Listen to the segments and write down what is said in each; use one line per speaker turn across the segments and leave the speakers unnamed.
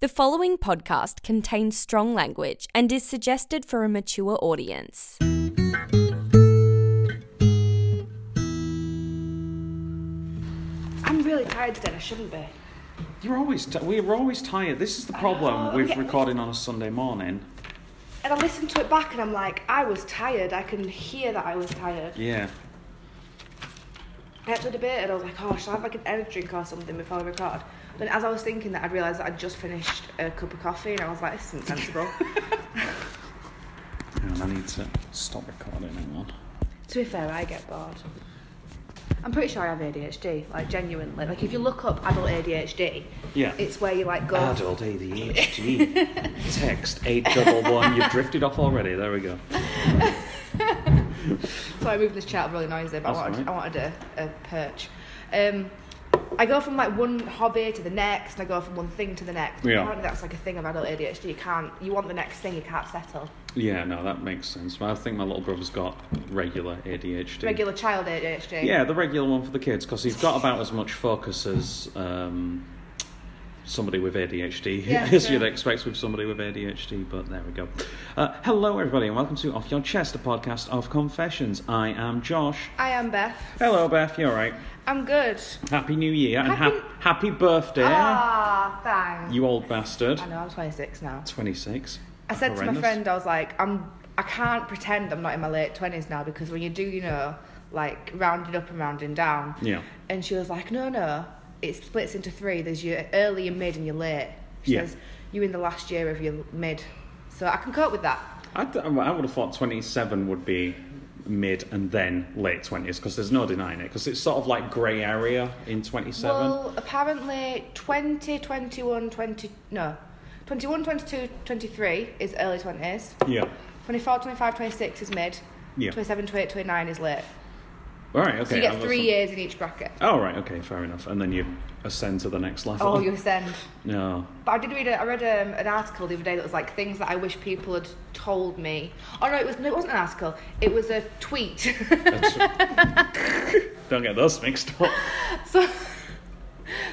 The following podcast contains strong language and is suggested for a mature audience.
I'm really tired today. I shouldn't be.
You're always t- we're always tired. This is the problem
know,
with
yeah.
recording on a Sunday morning.
And I listened to it back, and I'm like, I was tired. I can hear that I was tired.
Yeah,
I actually debated. I was like, oh, should I have like an energy drink or something before I record? Then as I was thinking that, I'd realised that I'd just finished a cup of coffee, and I was like, this isn't sensible.
Hang on, I need to stop recording. Hang on.
to be fair, I get bored. I'm pretty sure I have ADHD, like genuinely. Like if you look up adult ADHD,
Yeah. Um,
it's where you like go.
Adult ADHD. E Text eight double one. You've drifted off already. There we go.
So I moved this chat really noisy, but I
That's
wanted, I wanted
alright.
a, a perch. Um, I go from like one hobby to the next, and I go from one thing to the next.
Yeah.
Apparently, that's like a thing of adult ADHD. You can't, you want the next thing, you can't settle.
Yeah, no, that makes sense. I think my little brother's got regular ADHD.
Regular child ADHD.
Yeah, the regular one for the kids because he's got about as much focus as um, somebody with ADHD,
Yeah,
as
sure.
you'd expect with somebody with ADHD. But there we go. Uh, hello, everybody, and welcome to Off Your Chest, a podcast of confessions. I am Josh.
I am Beth.
Hello, Beth. You're right.
I'm good.
Happy New Year and
Happy-
hap- happy birthday,
Ah, thanks.
you old bastard.
I know, I'm 26 now.
26.
I said to my
Horrendous.
friend, I was like, I'm, I can't pretend I'm not in my late 20s now because when you do, you know, like rounding up and rounding down.
Yeah.
And she was like, no, no, it splits into three. There's your early, your mid, and your late. She
Yeah.
says, you in the last year of your mid. So I can cope with that.
I, th- I would have thought 27 would be mid and then late 20s because there's no denying it because it's sort of like grey area in 27.
Well, apparently 20, 21, 20, no, 21, 22, 23 is early 20s.
yeah.
24, 25, 26 is mid.
Yeah.
27, 28, 29 is late.
All right, okay.
So you
I
get
was-
three years in each bracket.
Oh, right, okay, fair enough. And then you ascend to the next level.
Oh, you send.
No.
But I did read a, I read um, an article the other day that was like things that I wish people had told me. Oh no, it was no, it wasn't an article. It was a tweet.
That's- Don't get those mixed up.
so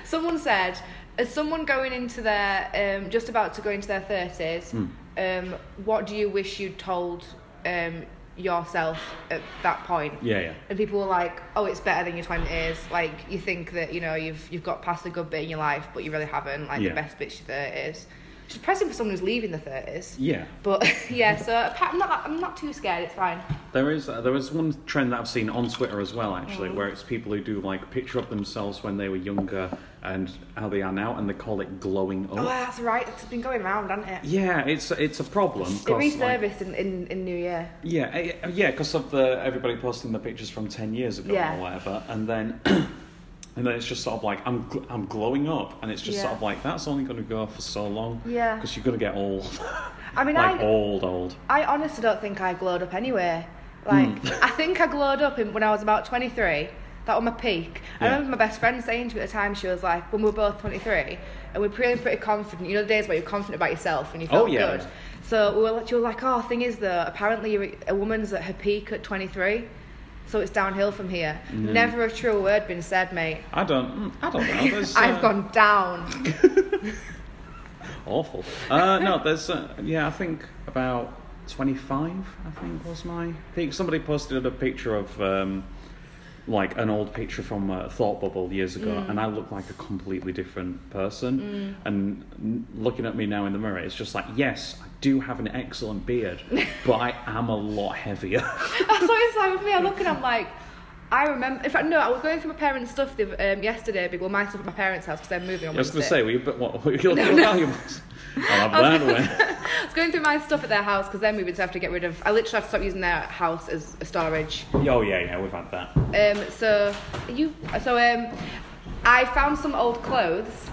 someone said, as someone going into their um, just about to go into their thirties,
Hmm.
um, what do you wish you'd told um, yourself at that point?
Yeah, yeah.
And people were like, "Oh, it's better than your twenties. Like you think that you know you've you've got past a good bit in your life, but you really haven't. Like
Yeah.
the best bit's your thirties. It's depressing for someone who's leaving the thirties.
Yeah.
But yeah, so apart- I'm not I'm not too scared. It's fine.
There is uh, there is one trend that I've seen on Twitter as well, actually, where it's people who do like picture of themselves when they were younger and how they are now, and they call it glowing up.
Oh, that's right. It's been going round, hasn't it?
yeah, it's it's a problem.
It
'cause, like-
resurfaced in, in, in New Year.
Yeah, eh, eh, yeah, because of the everybody posting the pictures from ten years ago
Yeah.
or whatever, and then and then it's just sort of like I'm gl- I'm glowing up, and it's just sort
Yeah.
of like that's only going to go for so long.
Yeah.
because you're going to get old,
I mean,
like
I
old, old.
I honestly don't think I glowed up anyway. Like
Hmm.
I think I glowed up in, when I was about 23. That was my peak. I
Yeah.
remember my best friend saying to me at the time, she was like, when we were both 23, and we were feeling pretty confident. You know the days where you're confident about yourself and you felt
Oh, yeah.
good. So we were, like- she was like, oh, thing is though, apparently you're, a woman's at her peak at 23, so it's downhill from here. Never a true word been said, mate.
I don't, mm, I don't know. There's,
I've
uh,
gone down.
awful. Uh, no, there's uh, yeah, I think about 25. I think was my peak. Somebody posted a picture of. Um, like an old picture from uh, Thought Bubble years ago, and I look like a completely different person. And n- looking at me now in the mirror, it's just like, yes, I do have an excellent beard, but I am a lot heavier.
That's what it's like with me. I look and I'm like, I remember. In fact, no, I was going through my parents' stuff the, um, yesterday. but- Well, my stuff at my parents' house because they're moving on.
I was going
Wednesday.
to say, well, you, but what, what your your valuables? I'll
I was
have that one.
I was going through my stuff at their house because they're moving, so I have to get rid of. I literally have to stop using their house as a storage.
Oh yeah, yeah, we've had that.
Um, so you, so um, I found some old clothes,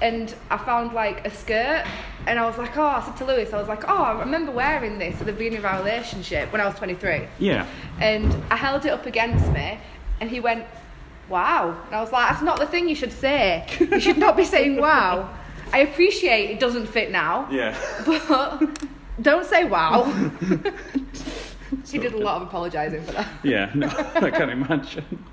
and I found like a skirt, and I was like, oh, I said to Lewis, I was like, oh, I remember wearing this at the beginning of our relationship when I was 23.
Yeah,
and I held it up against me, and he went, "Wow!" And I was like, "That's not the thing you should say. You should not be saying wow." I appreciate it doesn't fit now,
yeah.
but don't say wow. he did a lot of apologising for that.
Yeah, no, I can't imagine.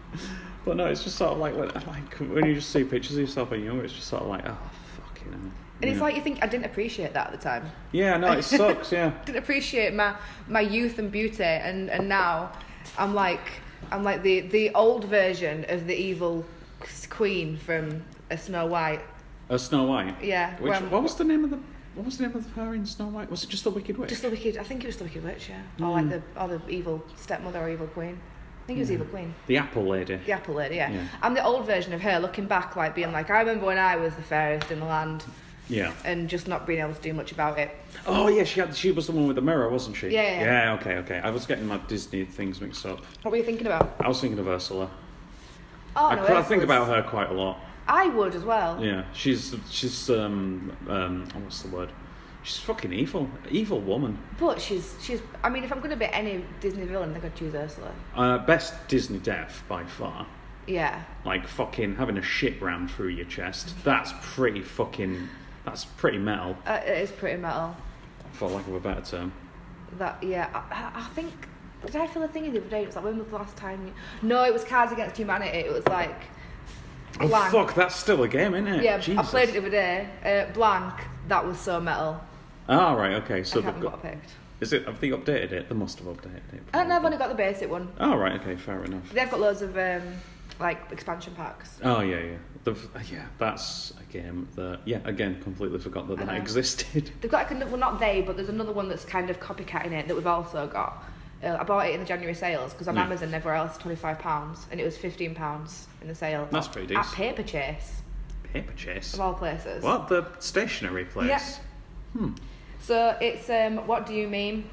But no, it's just sort of like when, like when you just see pictures of yourself when you're younger, it's just sort of like, oh, fucking hell.
And it's
Yeah.
like you think I didn't appreciate that at the time.
Yeah, no, it sucks. Yeah.
didn't appreciate my my youth and beauty and and now i'm like i'm like the the old version of the evil queen from a snow white
Uh, Snow White.
Yeah,
Which,
well-
what was the name of the What was the name of her in Snow White? Was it just the Wicked Witch?
just the wicked i think it was the wicked witch yeah or
Mm.
like the or the evil stepmother or evil queen i think it was evil queen
the Apple Lady.
the apple lady yeah.
Yeah.
i'm the old version of her looking back like being like i remember when i was the fairest in the land
Yeah.
and just not being able to do much about it
Oh yeah, she had. She was the one with the mirror, wasn't she?
Yeah, yeah,
Yeah. Okay. Okay. I was getting my Disney things mixed up.
what were you thinking about
I was thinking of Ursula.
oh
I,
no,
cr- I
Ursula's-
think
Oh.
about her quite a lot.
i would as well
Yeah. She's she's um um oh, what's the word? She's fucking evil. Evil woman.
But she's she's. I mean, if I'm going to be any Disney villain, I think I'd choose Ursula.
Uh, best Disney death by far.
Yeah.
Like fucking having a shit ram through your chest. That's pretty fucking. That's pretty metal,
Uh, it is pretty metal.
for lack of a better term.
That yeah. I, I- I think. Did I feel a thing the other day? It was like when was the last time? You... No, it was Cards Against Humanity. It was like
Oh
Blank.
fuck, that's still a game, isn't it?
yeah.
Jesus.
I played it the other day. Uh, Blank. That was so metal.
Ah, right, okay. So
I
they've
haven't got
got.
what I picked.
Is it? Have they updated it? They must have updated it.
I don't know. I've only got the basic one.
Oh right, okay, fair enough.
They've got loads of um, like expansion packs.
Oh yeah, yeah. They've, yeah, that's a game that yeah, again, completely forgot that
I
that
know.
existed.
They've got like another, well not they, but there's another one that's kind of copycatting it that we've also got. Uh, I bought it in the January sales because on
Yeah.
Amazon everywhere else twenty five pounds and it was fifteen pounds in the sale.
That's pretty
At
decent.
Paper Chase
Paper Chase.
of all places.
What the stationary place?
So it's um, what do you mean?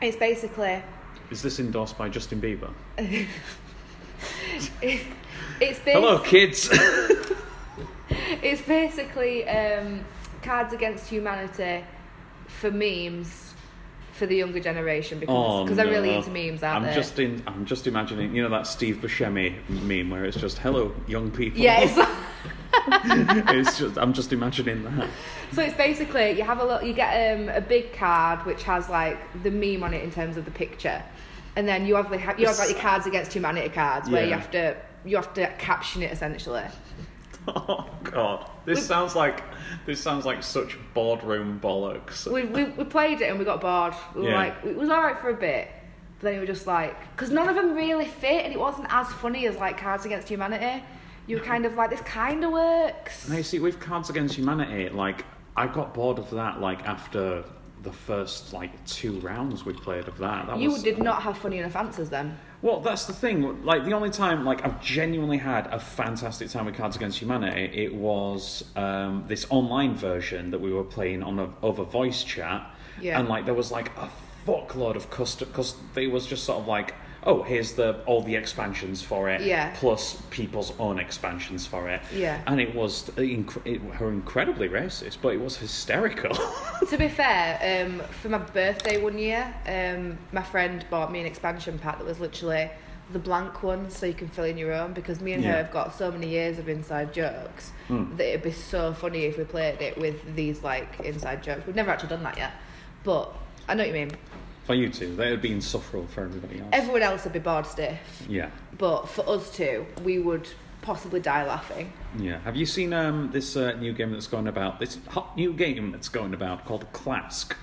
It's basically
Is this endorsed by Justin Bieber?
it's bas-
Hello, kids.
it's basically um, Cards Against Humanity for memes for the younger generation because
Oh,
because they're really
no.
into memes, aren't
I'm
they?
just in. I'm just imagining. You know that Steve Buscemi meme where it's just "Hello, young people."
yeah, it's-
it's just. I'm just imagining that.
So it's basically you have a little, you get um, a big card which has like the meme on it in terms of the picture, and then you have like ha- you have like your cards against humanity cards where you
Yeah.
have to you have to caption it essentially.
Oh god, this sounds like this sounds like such boardroom bollocks.
We we, we played it and we got bored. We were
Yeah.
like it was all right for a bit, but then we were just like because none of them really fit and it wasn't as funny as like Cards Against Humanity. You were kind of like this kind of works.
Now you see, with Cards Against Humanity, like I got bored of that. Like after the first like two rounds we played of that, that
You
was,
did not have funny enough answers then.
Well, that's the thing. Like the only time, like I've genuinely had a fantastic time with Cards Against Humanity, it was um, this online version that we were playing on a, over voice chat,
Yeah.
and like there was like a fuckload of custom because they was just sort of like, oh, here's the all the expansions for it,
Yeah.
plus people's own expansions for it,
Yeah.
and it was inc- it, were incredibly racist, but it was hysterical.
To be fair, um, for my birthday one year, um, my friend bought me an expansion pack that was literally the blank one, so you can fill in your own. Because me and
Yeah. Hmm.
her have got so many years of inside jokes that it'd be so funny if we played it with these like inside jokes. We've never actually done that yet, but I know what you mean.
for you two, that would be insufferable for everybody else.
Everyone else would be bored stiff,
yeah.
but for us two, we would possibly die laughing.
Yeah. Have you seen um, this uh, new game that's going about? This hot new game that's going about called Clask. Have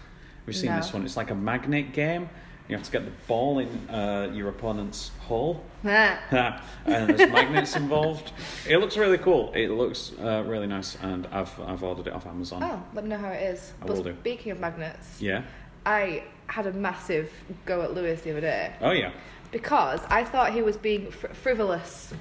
you seen
No.
this one? It's like a magnet game. You have to get the ball in uh, your opponent's hole.
Oh,
Uh, and there's magnets involved. It looks really cool. It looks uh, really nice, and I've I've ordered it off Amazon.
oh, let me know how it is.
I
but
will do.
speaking of magnets,
Yeah.
I had a massive go at Lewis the other day.
Oh yeah.
because I thought he was being fr- frivolous.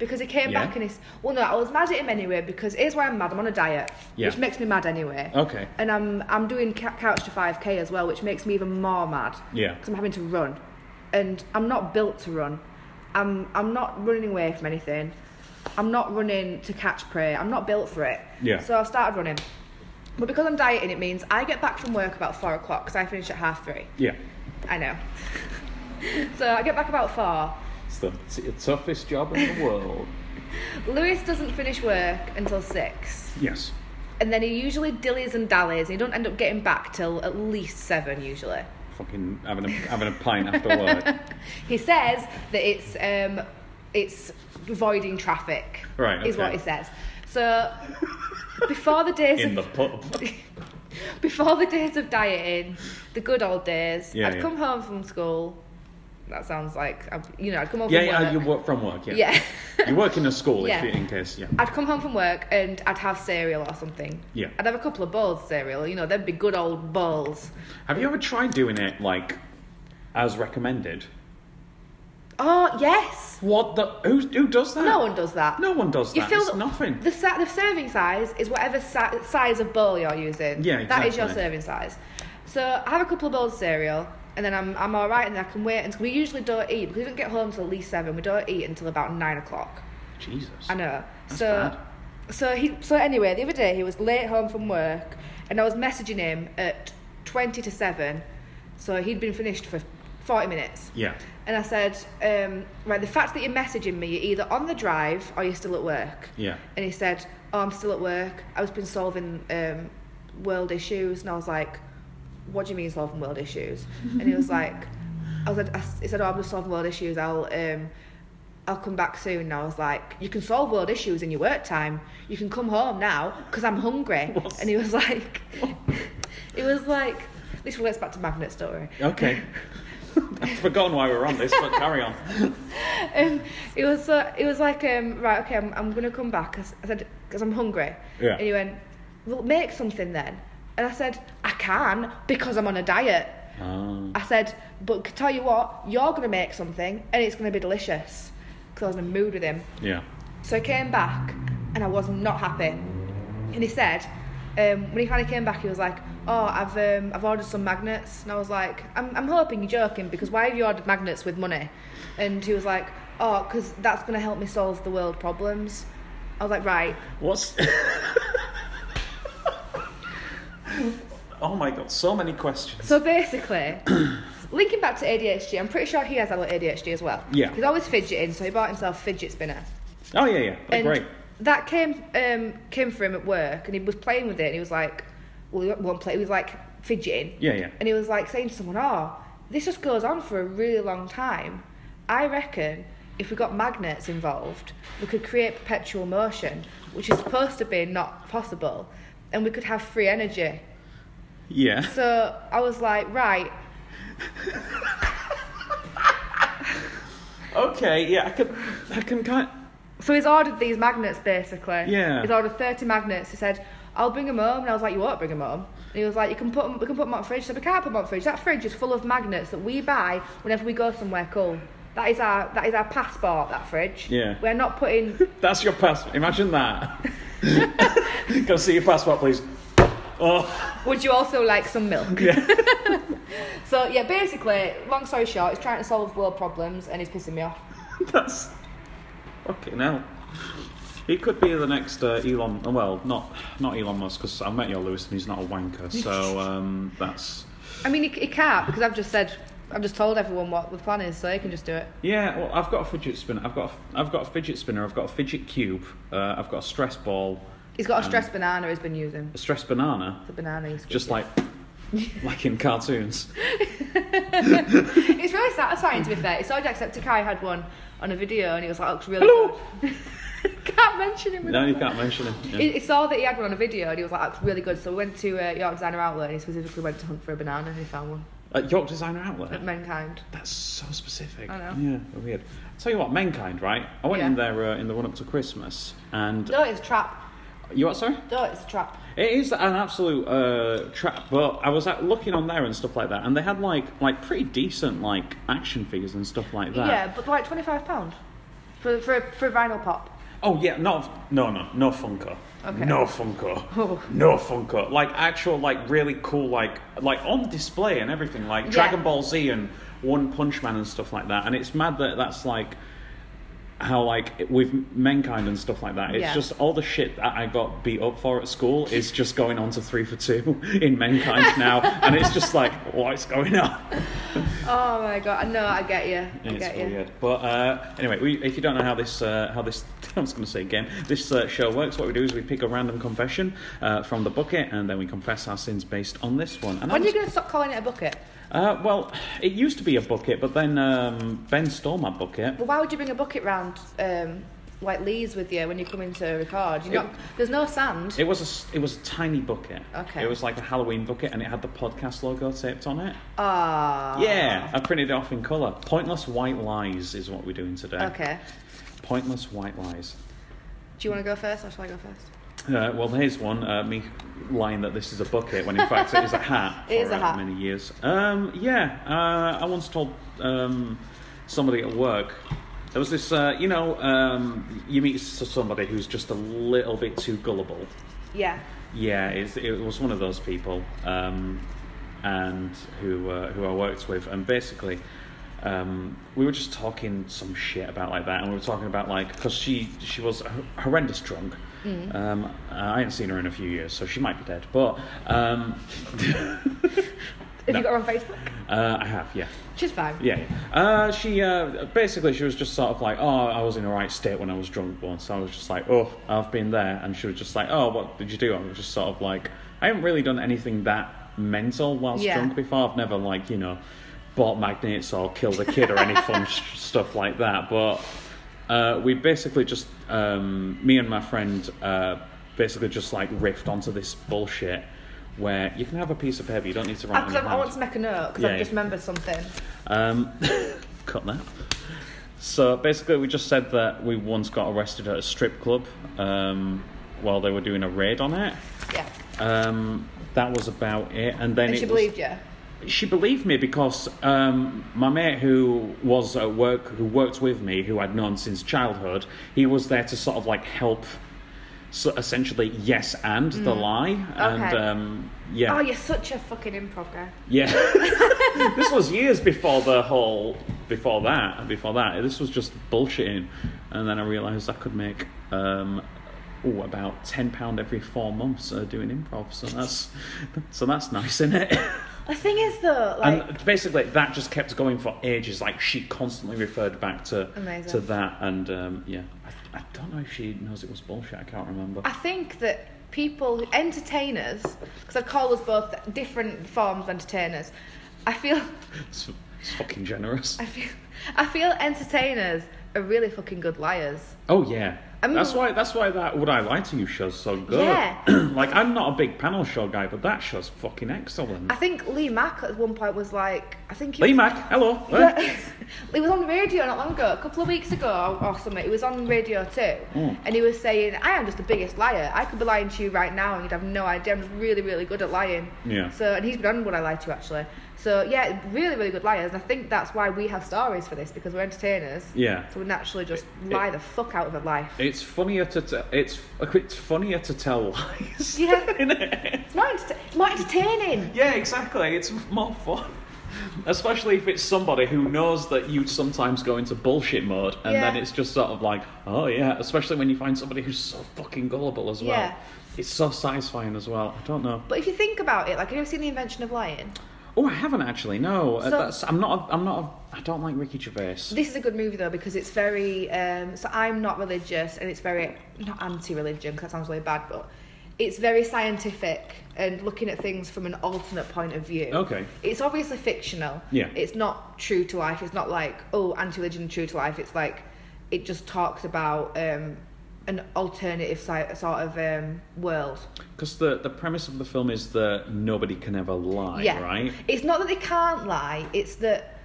Because he came
Yeah.
back and he's well, no, I was mad at him anyway. Because here's why I'm mad. I'm on a diet,
Yeah. Oh.
which makes me mad anyway.
Okay.
And I'm I'm doing ca- couch to five k as well, which makes me even more mad.
Yeah.
Because I'm having to run, and I'm not built to run. I'm I'm not running away from anything. I'm not running to catch prey. I'm not built for it.
Yeah.
So I've started running, but because I'm dieting, it means I get back from work about four o'clock because I finish at half three.
Yeah.
I know. so I get back about four.
It's the it's the toughest job in the world.
Lewis doesn't finish work until six,
yes.
and then he usually dillies and dallies. He don't end up getting back till at least seven usually.
Fucking having a having a pint after work.
He says that it's um, it's avoiding traffic.
Right,
Is what
okay.
he says. So before the days
in
of
the pub.
before the days of dieting, the good old days,
Yeah,
I'd
yeah.
come home from school. That sounds like I'd, you know I'd come home
Yeah,
from
yeah,
work.
you work from work. Yeah,
yeah.
you work in a school
Yeah.
if you, in case. Yeah,
I'd come home from work and I'd have cereal or something.
yeah.
I'd have a couple of bowls of cereal, you know, they'd be good old bowls.
Have you ever tried doing it like as recommended?
Oh yes,
What the? Who who does that?
no one does that.
No one does
You
that.
fill
It's
the-
nothing.
The, sa- the serving size is whatever si- size of bowl you're using.
Yeah,
That is your
exactly.
serving size. So I have a couple of bowls of cereal, and then I'm, I'm all right, and I can wait. And we usually don't eat because we don't get home till at least seven. We don't eat until about nine o'clock.
Jesus.
I know.
That's
so, so he, so anyway, the other day he was late home from work, and I was messaging him at twenty to seven, so he'd been finished for forty minutes.
Yeah.
And I said, um, right, the fact that you're messaging me, you're either on the drive or you're still at work.
Yeah.
And he said, oh, I'm still at work. I was been solving um, world issues. And I was like, what do you mean solving world issues? And he was like, I was like, I s- he said, oh, I'm just solving world issues. I'll, um, I'll come back soon. And I was like, you can solve world issues in your work time. You can come home now because I'm hungry.
What?
And he was like, it was like, this relates back to Magnet story.
Okay. I've forgotten why we're on this, but carry on.
um, it was uh, it was like um, right okay I'm, I'm gonna come back I s- I said because I'm hungry
Yeah.
and he went well make something then and I said I can because I'm on a diet
Oh.
I said but c- tell you what you're gonna make something and it's gonna be delicious because I was in a mood with him
yeah.
so I came back and I was not happy. And he said, um, when he kind of came back, he was like, Oh, I've, um, I've ordered some magnets. And I was like, I'm, I'm hoping you're joking because why have you ordered magnets with money? And he was like, Oh, because that's going to help me solve the world problems. I was like, Right.
What's? oh my god! So many questions.
So basically, linking back to ADHD, I'm pretty sure he has a little ADHD as well.
Yeah.
He's always fidgeting, so he bought himself a fidget spinner.
Oh yeah, yeah. They're
and
Great.
that came um, came for him at work, and he was playing with it, and he was like, well, he won't play. He was like fidgeting,
Yeah, yeah.
and he was like saying to someone, "Oh, this just goes on for a really long time. I reckon if we got magnets involved, we could create perpetual motion, which is supposed to be not possible, and we could have free energy."
Yeah.
So I was like, "Right,
Okay. Yeah. I can. I can kind.
So he's ordered these magnets basically.
Yeah.
He's ordered 30 magnets. He said, I'll bring them home. And I was like, You won't bring them home. And he was like, You can put them, we can put them on the fridge. I said, We can't put them on the fridge. That fridge is full of magnets that we buy whenever we go somewhere cool. That is our that is our passport, that fridge.
Yeah.
We're not putting
That's your passport. Imagine that. Can I see your passport, please? Oh.
Would you also like some milk?
Yeah.
so yeah, basically, long story short, he's trying to solve world problems and he's pissing me off.
That's fucking hell. He could be the next uh, Elon. Well, not not Elon Musk because I met your Lewis and he's not a wanker. So um, that's
I mean he, he can't because I've just said I've just told everyone what the plan is, so he can just do it.
yeah. Well, I've got a fidget spinner. I've got a, I've got a fidget spinner. I've got a fidget cube. Uh, I've got a stress ball.
He's got a stressed banana he's been using.
A stress banana.
The banana he's
Um, Just like like in cartoons.
It's really satisfying to be fair. It's odd except Takai had one on a video and he was like, oh, it's really
Hello.
good. Can't mention him.
No, you can't mention it. Yeah.
He, he saw that he had one on a video and he was like, that's really good. So we went to uh, York Designer Outlet and he specifically went to hunt for a banana and he found one
At Uh, York Designer Outlet.
at Mankind.
That's so specific.
I know.
Yeah, weird. tell you what, Mankind, right? I went
Yeah.
in there uh, in the run up to Christmas, and
No, it's a trap.
you what? Sorry,
No, it's a trap.
it is an absolute uh, trap. But I was at, looking on there and stuff like that, and they had like like pretty decent like action figures and stuff like that.
Yeah, but like £25 for, for, for a vinyl pop.
Oh yeah, not no no no Funko.
Okay.
No Funko.
Oh.
No Funko. Like actual like really cool like like on display and everything like
Yeah.
Dragon Ball Z and One Punch Man and stuff like that. And it's mad that that's like how like with mankind and stuff like that. It's
Yeah.
just all the shit that I got beat up for at school is just going on to three for two in mankind now, and it's just like what's going on.
Oh my god, I know, I get you. I
It's
get you.
weird. But uh, anyway, we, if you don't know how this uh, how this I was going to say again this uh, show works, what we do is we pick a random confession uh, from the bucket and then we confess our sins based on this one. And I
When are you
was-
going to stop calling it a bucket?
uh, well, it used to be a bucket, but then um, Ben stole my bucket.
Well, why would you bring a bucket round um, like leaves with you when you come in to record. You
It-
not there's no sand.
It was a s- it was a tiny bucket.
Okay.
It was like a Halloween bucket, and it had the podcast logo taped on it.
Ah.
Yeah, I printed it off in colour. Pointless white lies is what we're doing today.
Okay.
Pointless white lies.
Do you want to go first, or shall I go first?
Uh, well, here's one. Uh, me lying that this is a bucket when in fact it is a hat.
It is
for,
a
uh,
hat.
Many years. Um, yeah, uh, I once told um, somebody at work. There was this, uh, you know, um, you meet s- somebody who's just a little bit too gullible.
Yeah.
Yeah, it's, it was one of those people, um, and who uh, who I worked with, and basically, um, we were just talking some shit about like that, and we were talking about like because she she was h- horrendous drunk. Um, I hadn't seen her in a few years, so she might be dead, but um,
Have
No.
you got her on Facebook?
uh, I have, yeah.
She's fine.
Yeah. Uh, she uh, basically she was just sort of like, oh, I was in the right state when I was drunk once. I was just like, oh, I've been there, and she was just like, oh, what did you do? I was just sort of like, I haven't really done anything that mental whilst
Yeah.
drunk before. I've never like you know bought magnets or killed a kid or any fun sh- stuff like that. But uh, we basically just um, me and my friend uh, basically just like riffed onto this bullshit. Where you can have a piece of paper, you don't need to write. on
Because
your
I, Oh, I
hand.
want to make a note because
Yeah.
I've just remembered something.
Um, cut that. So basically, we just said that we once got arrested at a strip club um, while they were doing a raid on it.
Yeah.
Um, that was about it, and then
And
it
she
was-
believed you.
she believed me because um, my mate who was at work, who worked with me, who I'd known since childhood, he was there to sort of like help, so essentially yes and the lie, and
Mm. Okay.
um, yeah,
Oh, you're such a fucking improv guy.
yeah. this was years before the whole before that before that. This was just bullshitting. And then I realised I could make um ooh, about ten pound every four months uh, doing improv. So that's so that's nice, isn't it?
The thing is, though, like,
and basically that just kept going for ages. Like she constantly referred back to
Amazing.
to that and um yeah. I, I don't know if she knows it was bullshit, I can't remember.
I think that people, entertainers, because I call us both different forms of entertainers. I feel,
It's, it's fucking generous.
I feel, I feel entertainers are really fucking good liars.
Oh yeah.
I mean-
that's why that's why that Would I Lie to You show's so good.
Yeah.
like I'm not a big panel show guy, but that show's fucking excellent.
I think Lee Mack at one point was like, I think he
Lee
was-
Mack, hello. Eh?
Yeah. he was on the radio not long ago, a couple of weeks ago or something. He was on radio too,
Mm.
and he was saying, "I am just the biggest liar. I could be lying to you right now, and you'd have no idea. I'm just really, really good at lying."
Yeah.
So, and he's been on what I lie to actually. So, yeah, really, really good liars, and I think that's why we have stories for this because we're entertainers.
Yeah.
So we naturally just lie the fuck out of a life.
It's funnier to t- it's it's funnier to tell lies.
Yeah.
innit?
It's more, enter- it's more entertaining.
Yeah, exactly. It's more fun. Especially if it's somebody who knows that you sometimes go into bullshit mode, and
Yeah.
then it's just sort of like, oh yeah. Especially when you find somebody who's so fucking gullible as well.
Yeah.
It's so satisfying as well. I don't know.
But if you think about it, like, have you ever seen the invention of lying?
Oh, I haven't actually. No, Uh,
So-
that's, I'm not. A, I'm not. A, I don't like Ricky Gervais.
This is a good movie though because it's very. Um, so I'm not religious, and it's very not anti-religion because that sounds really bad, but it's very scientific and looking at things from an alternate point of view.
Okay.
It's obviously fictional.
Yeah.
It's not true to life. It's not like oh anti-religion true to life. It's like it just talks about um, an alternative si- sort of um, world.
Because the the premise of the film is that nobody can ever lie,
yeah.
right?
It's not that they can't lie. It's that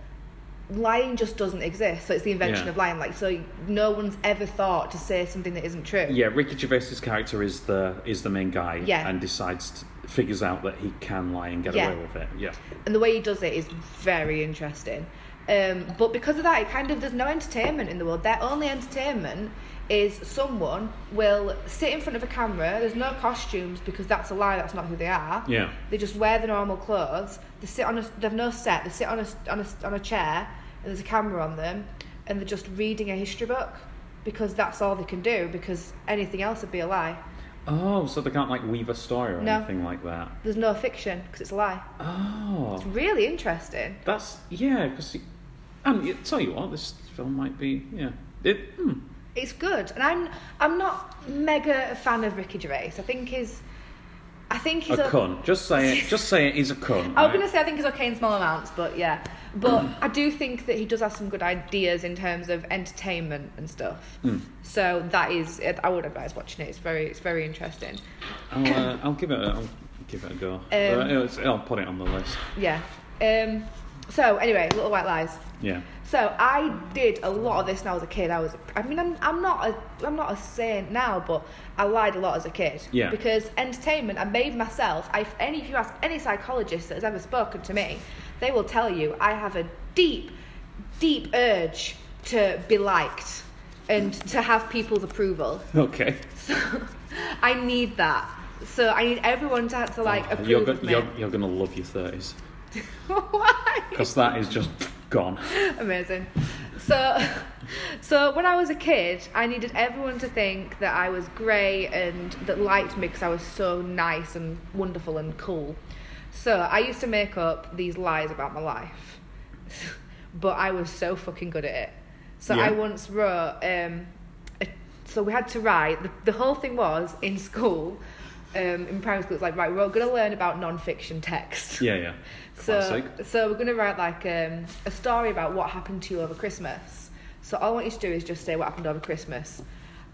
lying just doesn't exist. So it's the invention
Yeah.
of lying. Like so, no one's ever thought to say something that isn't true.
Yeah, Ricky Gervais's character is the is the main guy,
Yeah.
and decides to, figures out that he can lie and get
Yeah.
away with it. Yeah,
And the way he does it is very interesting. Um, but because of that, it kind of there's no entertainment in the world. Their only entertainment is someone will sit in front of a camera. There's no costumes because that's a lie. That's not who they are.
yeah.
They just wear the normal clothes. They sit on a. They've no set. They sit on a on a on a chair, and there's a camera on them, and they're just reading a history book because that's all they can do. Because anything else would be a lie.
Oh, so they can't like weave a story or
No.
anything like that.
There's no fiction because it's a lie.
Oh,
It's really interesting.
that's yeah. Because and you, tell you what, this film might be yeah. It hmm.
It's good, and I'm I'm not mega a fan of Ricky Gervais. I think his I I think
A
he's o-
cunt. Just say it. Just say it. He's a cunt.
I was
right?
going to say I think he's okay in small amounts, but yeah. But I do think that he does have some good ideas in terms of entertainment and stuff. So that is, I would advise watching it. It's very, it's very interesting.
I'll, uh, I'll give it. A, I'll give it a go.
Um,
Uh, I'll put it on the list.
Yeah. Um, so anyway, Little White Lies.
Yeah.
So I did a lot of this when I was a kid. I was, I mean, I'm, I'm not a, I'm not a saint now, but I lied a lot as a kid.
Yeah.
Because entertainment, I made myself. I, if any, if you ask any psychologist that has ever spoken to me, they will tell you I have a deep, deep urge to be liked and to have people's approval.
Okay.
So I need that. So I need everyone to, to like approve
Oh, you're,
of
go-
me.
you're, you're gonna love your thirties
Why?
because that is just gone.
Amazing. So, so when I was a kid, I needed everyone to think that I was great and that liked me because I was so nice and wonderful and cool. So I used to make up these lies about my life, but I was so fucking good at it. So
Yeah.
I once wrote. Um, a, so we had to write. The, the whole thing was in school. Um, in primary school, it's like right, we're all going to learn about non-fiction text.
Yeah, yeah.
So,
Classic.
so we're going to write like um, a story about what happened to you over Christmas. So all I want you to do is just say what happened over Christmas.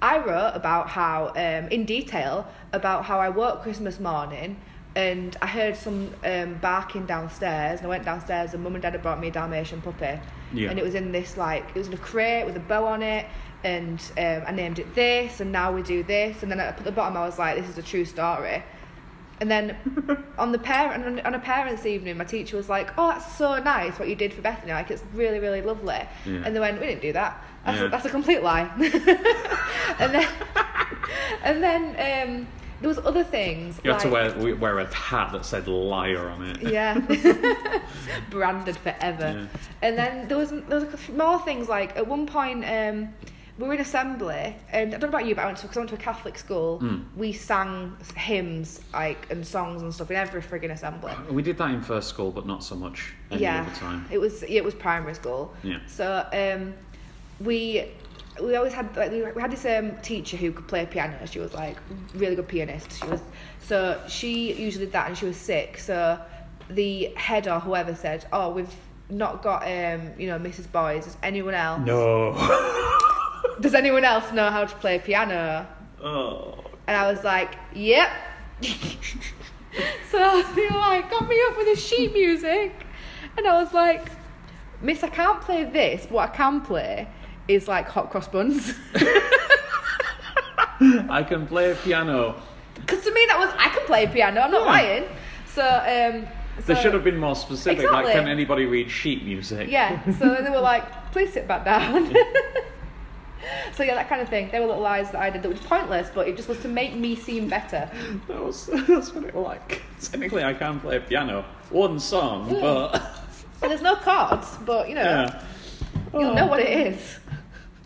I wrote about how, um, in detail, about how I woke Christmas morning and I heard some um, barking downstairs. And I went downstairs and mum and dad had brought me a Dalmatian puppy.
Yeah.
And it was in this like, it was in a crate with a bow on it. And um, I named it this, and now we do this. And then at the bottom, I was like, this is a true story. And then on the parent on- on a parents' evening, my teacher was like, "Oh, that's so nice what you did for Bethany. Like, it's really, really lovely." And they went, "We didn't do that. That's,
Yeah.
a, that's a complete lie." and then, and then um, there was other things.
You
like,
had to wear we- wear a hat that said liar on it.
yeah. Branded forever.
Yeah.
And then there was there was a few more things like at one point um, we were in assembly and I don't know about you but I went to, cause I went to a Catholic school.
Hmm.
We sang hymns like and songs and stuff in every friggin' assembly.
We did that in first school, but not so much any other time.
It was it was primary school.
Yeah.
So um, we we always had like we we had this um, teacher who could play piano. She was like really good pianist. She was so she usually did that, and she was sick. So the head or whoever said, "Oh, we've not got um, you know Mrs. Boys. Does anyone else?
No.
Does anyone else know how to play piano?"
oh.
And I was like, yep. so they were like, got me up with the sheet music. And I was like, Miss, I can't play this, but what I can play is like hot cross buns.
I can play a piano.
Because to me, that was, I can play piano, I'm not
Yeah.
lying. So, um,
They
so-
should have been more specific.
Exactly.
Like, can anybody read sheet music?
Yeah, so then they were like, please sit back down. so yeah, that kind of thing. They were little lies that I did that was pointless, but it just was to make me seem better.
That was, that's what it was like. Technically, I can play a piano. One song, but.
And there's no chords, but you know,
Yeah.
you'll know what it is.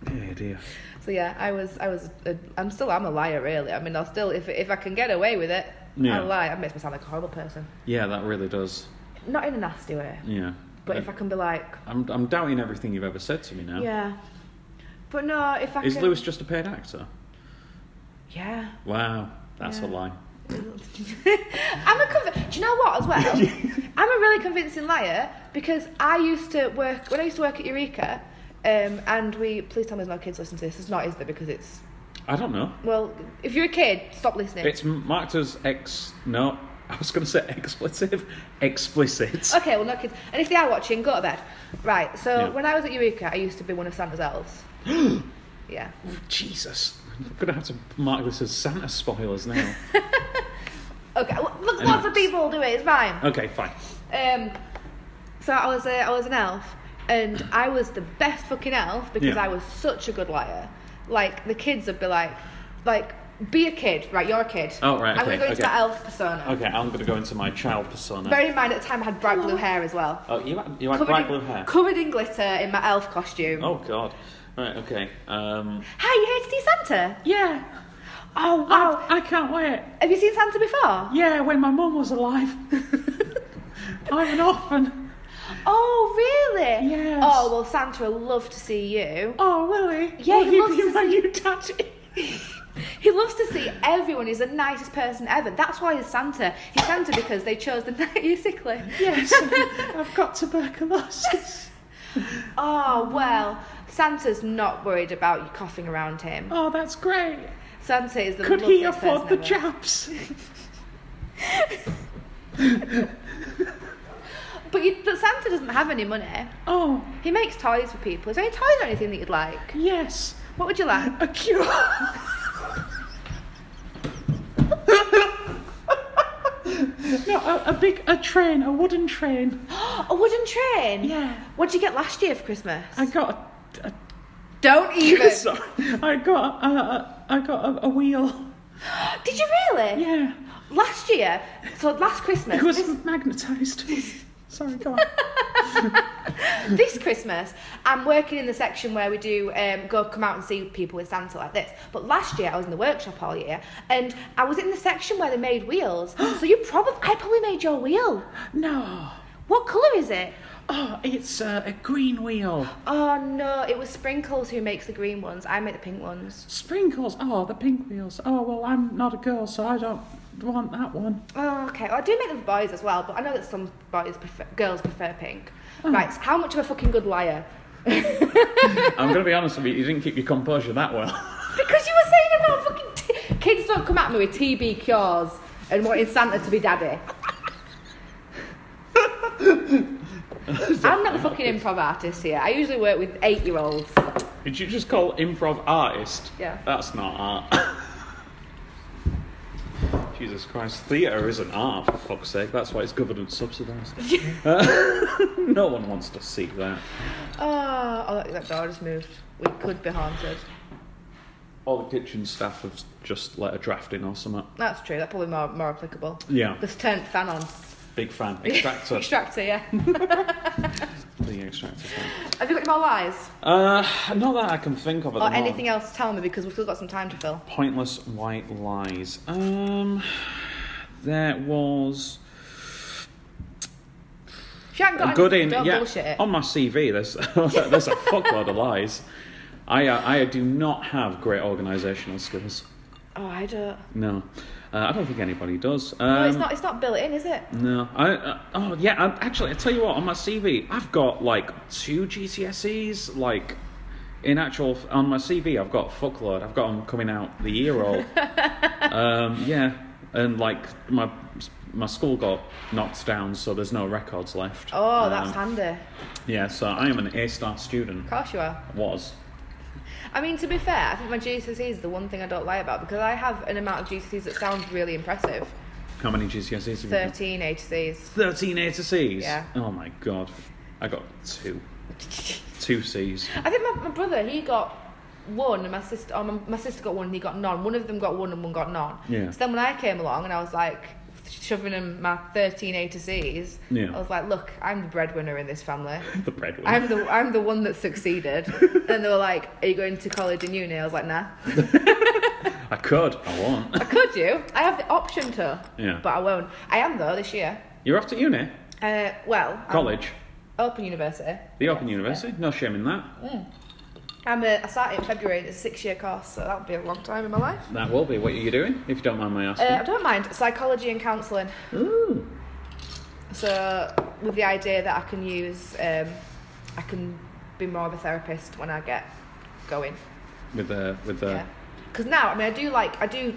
Oh, dear.
So yeah, I was, I was, a, I'm still, I'm a liar, really. I mean, I'll still, if if I can get away with it,
Yeah.
I'll lie. That makes me sound like a horrible person.
Yeah, that really does.
Not in a nasty way,
Yeah.
but if I can be like,
I'm, I'm doubting everything you've ever said to me now.
yeah. But no, if I
Is
can.
Lewis just a paid actor?
Yeah.
Wow, that's
Yeah.
a lie.
I'm a conv- Do you know what? As well, I'm a really convincing liar because I used to work when I used to work at Eureka, um, and we. Please tell me there's no kids listening to this. It's not, is there? Because it's
I don't know.
well, if you're a kid, stop listening.
It's marked as ex. No, I was going to say expletive. Explicit.
Okay, well, no kids. And if they are watching, go to bed. Right, so
Yeah.
when I was at Eureka, I used to be one of Santa's elves. yeah.
Jesus. I'm going to have to mark this as Santa spoilers now.
Okay, well, look, lots of people do it, it's fine.
okay, fine.
Um, so I was, a, I was an elf, and I was the best fucking elf because
Yeah.
I was such a good liar. Like, the kids would be like, like, be a kid, right? You're a kid.
Oh, right,
I'm going to go
okay,
into
okay.
that elf persona.
Okay, I'm going to go into my child persona.
Bear in mind, at the time, I had bright blue hair as well.
oh, you had, you had
Covered
bright
in-
blue hair.
Covered in glitter in my elf costume.
Oh, God. Right, okay. Um,
Hi, you here to see Santa?
yeah.
Oh, wow.
I can't wait.
Have you seen Santa before?
Yeah, when my mum was alive. I'm an orphan.
Oh, really?
Yes.
Oh, well, Santa will love to see you.
Oh, Willie.
Yeah,
will
he
you
loves
be
to
my
see-
new daddy?
He loves to see everyone. He's the nicest person ever. That's why he's Santa. He's Santa because they chose the night. You're sickly.
Yes, I've got tuberculosis.
Oh, well, Santa's not worried about you coughing around him.
Oh, that's great.
Santa is the
Could he
loveliest
afford the
person ever.
chaps?
But, you, but Santa doesn't have any money.
Oh,
He makes toys for people. Is there any toys or anything that you'd like?
yes,
What would you like?
a cure. no, a, a big a train, a wooden train.
a wooden train?
Yeah,
What did you get last year for Christmas?
I got. A, a,
Don't even.
sorry, I got a, a, I got a, a wheel.
did you really?
Yeah,
Last year, so last Christmas,
it was
this,
magnetised. sorry, go on.
this Christmas, I'm working in the section where we do um, go come out and see people with Santa like this. But last year, I was in the workshop all year, and I was in the section where they made wheels. so you probably, I probably made your wheel.
No.
What colour is it?
Oh, it's uh, a green wheel.
Oh no, it was Sprinkles who makes the green ones. I make the pink ones.
Sprinkles. Oh, the pink wheels. Oh, well, I'm not a girl, so I don't want that one.
Oh, okay. Well, I do make them for boys as well, but I know that some boys prefer, girls prefer pink.
Oh.
Right, so how much of a fucking good liar?
I'm going to be honest with you, you didn't keep your composure that well.
Because you were saying about fucking t- kids don't come at me with TB cures and wanting Santa to be daddy. I'm not the fucking improv artist here. I usually work with eight year olds.
Did you just call improv artist?
Yeah.
That's not art. Jesus Christ, theatre isn't art, for fuck's sake. That's why it's government subsidised. Uh, no one wants to see that.
Oh, oh, that door just moved. We could be haunted.
All the kitchen staff have just let a draft in or something.
That's true. That's probably more, more applicable.
Yeah.
Just turn the fan on.
Big fan. Extractor.
Extractor, yeah.
the extractor fan.
Have you got any more lies?
Uh, not that I can think of
Or
at the moment.
anything else to tell me because we've still got some time to fill.
Pointless white lies. Um, there was
If you haven't got
a good
anything, don't
in yeah Um,
bullshit it.
on my CV. There's there's a fuckload of lies. I uh, I do not have great organisational skills.
oh, I don't.
No, uh, I don't think anybody does. Um,
No, it's not. It's not built in, is it?
No, I, uh, oh yeah. I, actually, I tell you what. On my CV, I've got like two GCSEs. Like, in actual, on my CV, I've got fuckload. I've got them coming out the year old. um, yeah, and like my my school got knocked down, so there's no records left.
Oh, that's
Um,
handy.
yeah. So I am an A star student.
Of course you are.
Was
I mean, to be fair, I think my GCSE E is the one thing I don't lie about because I have an amount of GCSEs that sounds really impressive.
how many GCSEs? Have you got?
13 HCs.
Thirteen A to Cs.
Yeah.
Oh my god, I got two, two Cs.
I think my, my brother, he got one and my sister, oh, my, my sister got one and he got none. One of them got one and one got none.
Yeah.
So then when I came along and I was like shoving him my 13 A to Cs,
Yeah.
I was like, look, I'm the breadwinner in this family.
The breadwinner.
I'm the I'm the one that succeeded. and they were like, are you going to college and uni? I was like, nah.
I could. I won't.
Could you? I have the option to.
Yeah.
But I won't. I am though this year.
You're off to uni.
Uh, well, I'm
College.
Open University.
The Open University. No shame in that.
I'm a, I started in February. and It's a six-year course, so that'll be a long time in my life.
That will be. What are you doing, if you don't mind my
Uh, I
asking?
don't mind psychology and counselling.
Ooh.
So with the idea that I can use, um, I can be more of a therapist when I get going.
With the with uh, the.
Yeah. Because now, I mean, I do like I do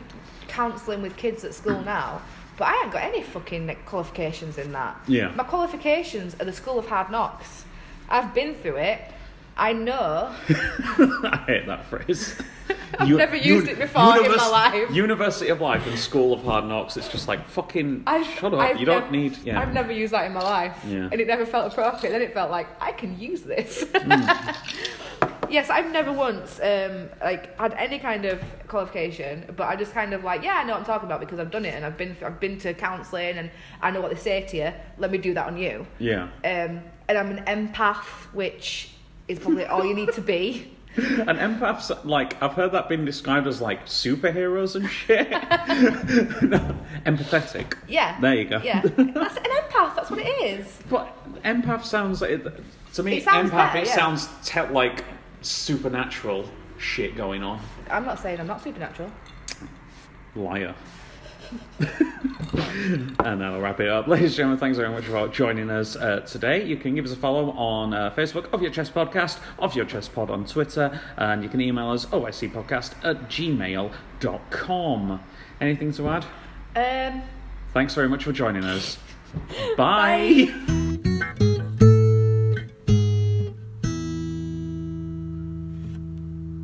counselling with kids at school now, but I ain't got any fucking like, qualifications in that.
Yeah.
My qualifications are the School of Hard Knocks. I've been through it. I know.
I hate that phrase.
I've never used it before in my life.
University of Life and School of Hard Knocks. It's just like fucking.
I've,
shut up.
I've
you don't
nev-
need. Yeah.
I've never used that in my life,
Yeah.
and it never felt appropriate. Then it felt like I can use this.
Hmm.
yes, I've never once um, like had any kind of qualification, but I just kind of like, yeah, I know what I'm talking about because I've done it and I've been I've been to counselling and I know what they say to you. Let me do that on you.
Yeah.
Um, and I'm an empath, which is probably all you need to be.
And empaths, like, I've heard that being described as like superheroes and shit. No, Empathetic.
Yeah.
There you go.
Yeah, that's an empath. That's what it is.
But empath sounds it, to me.
It sounds
empath
better,
it
yeah.
sounds te- like supernatural shit going on.
I'm not saying I'm not supernatural.
liar. and that'll wrap it up. Ladies and gentlemen, thanks very much for joining us uh, today. You can give us a follow on uh, Facebook, Of Your Chess Podcast, Of Your Chess Pod on Twitter, and you can email us oicpodcast at gmail.com. Anything to add?
Um,
Thanks very much for joining us. Bye.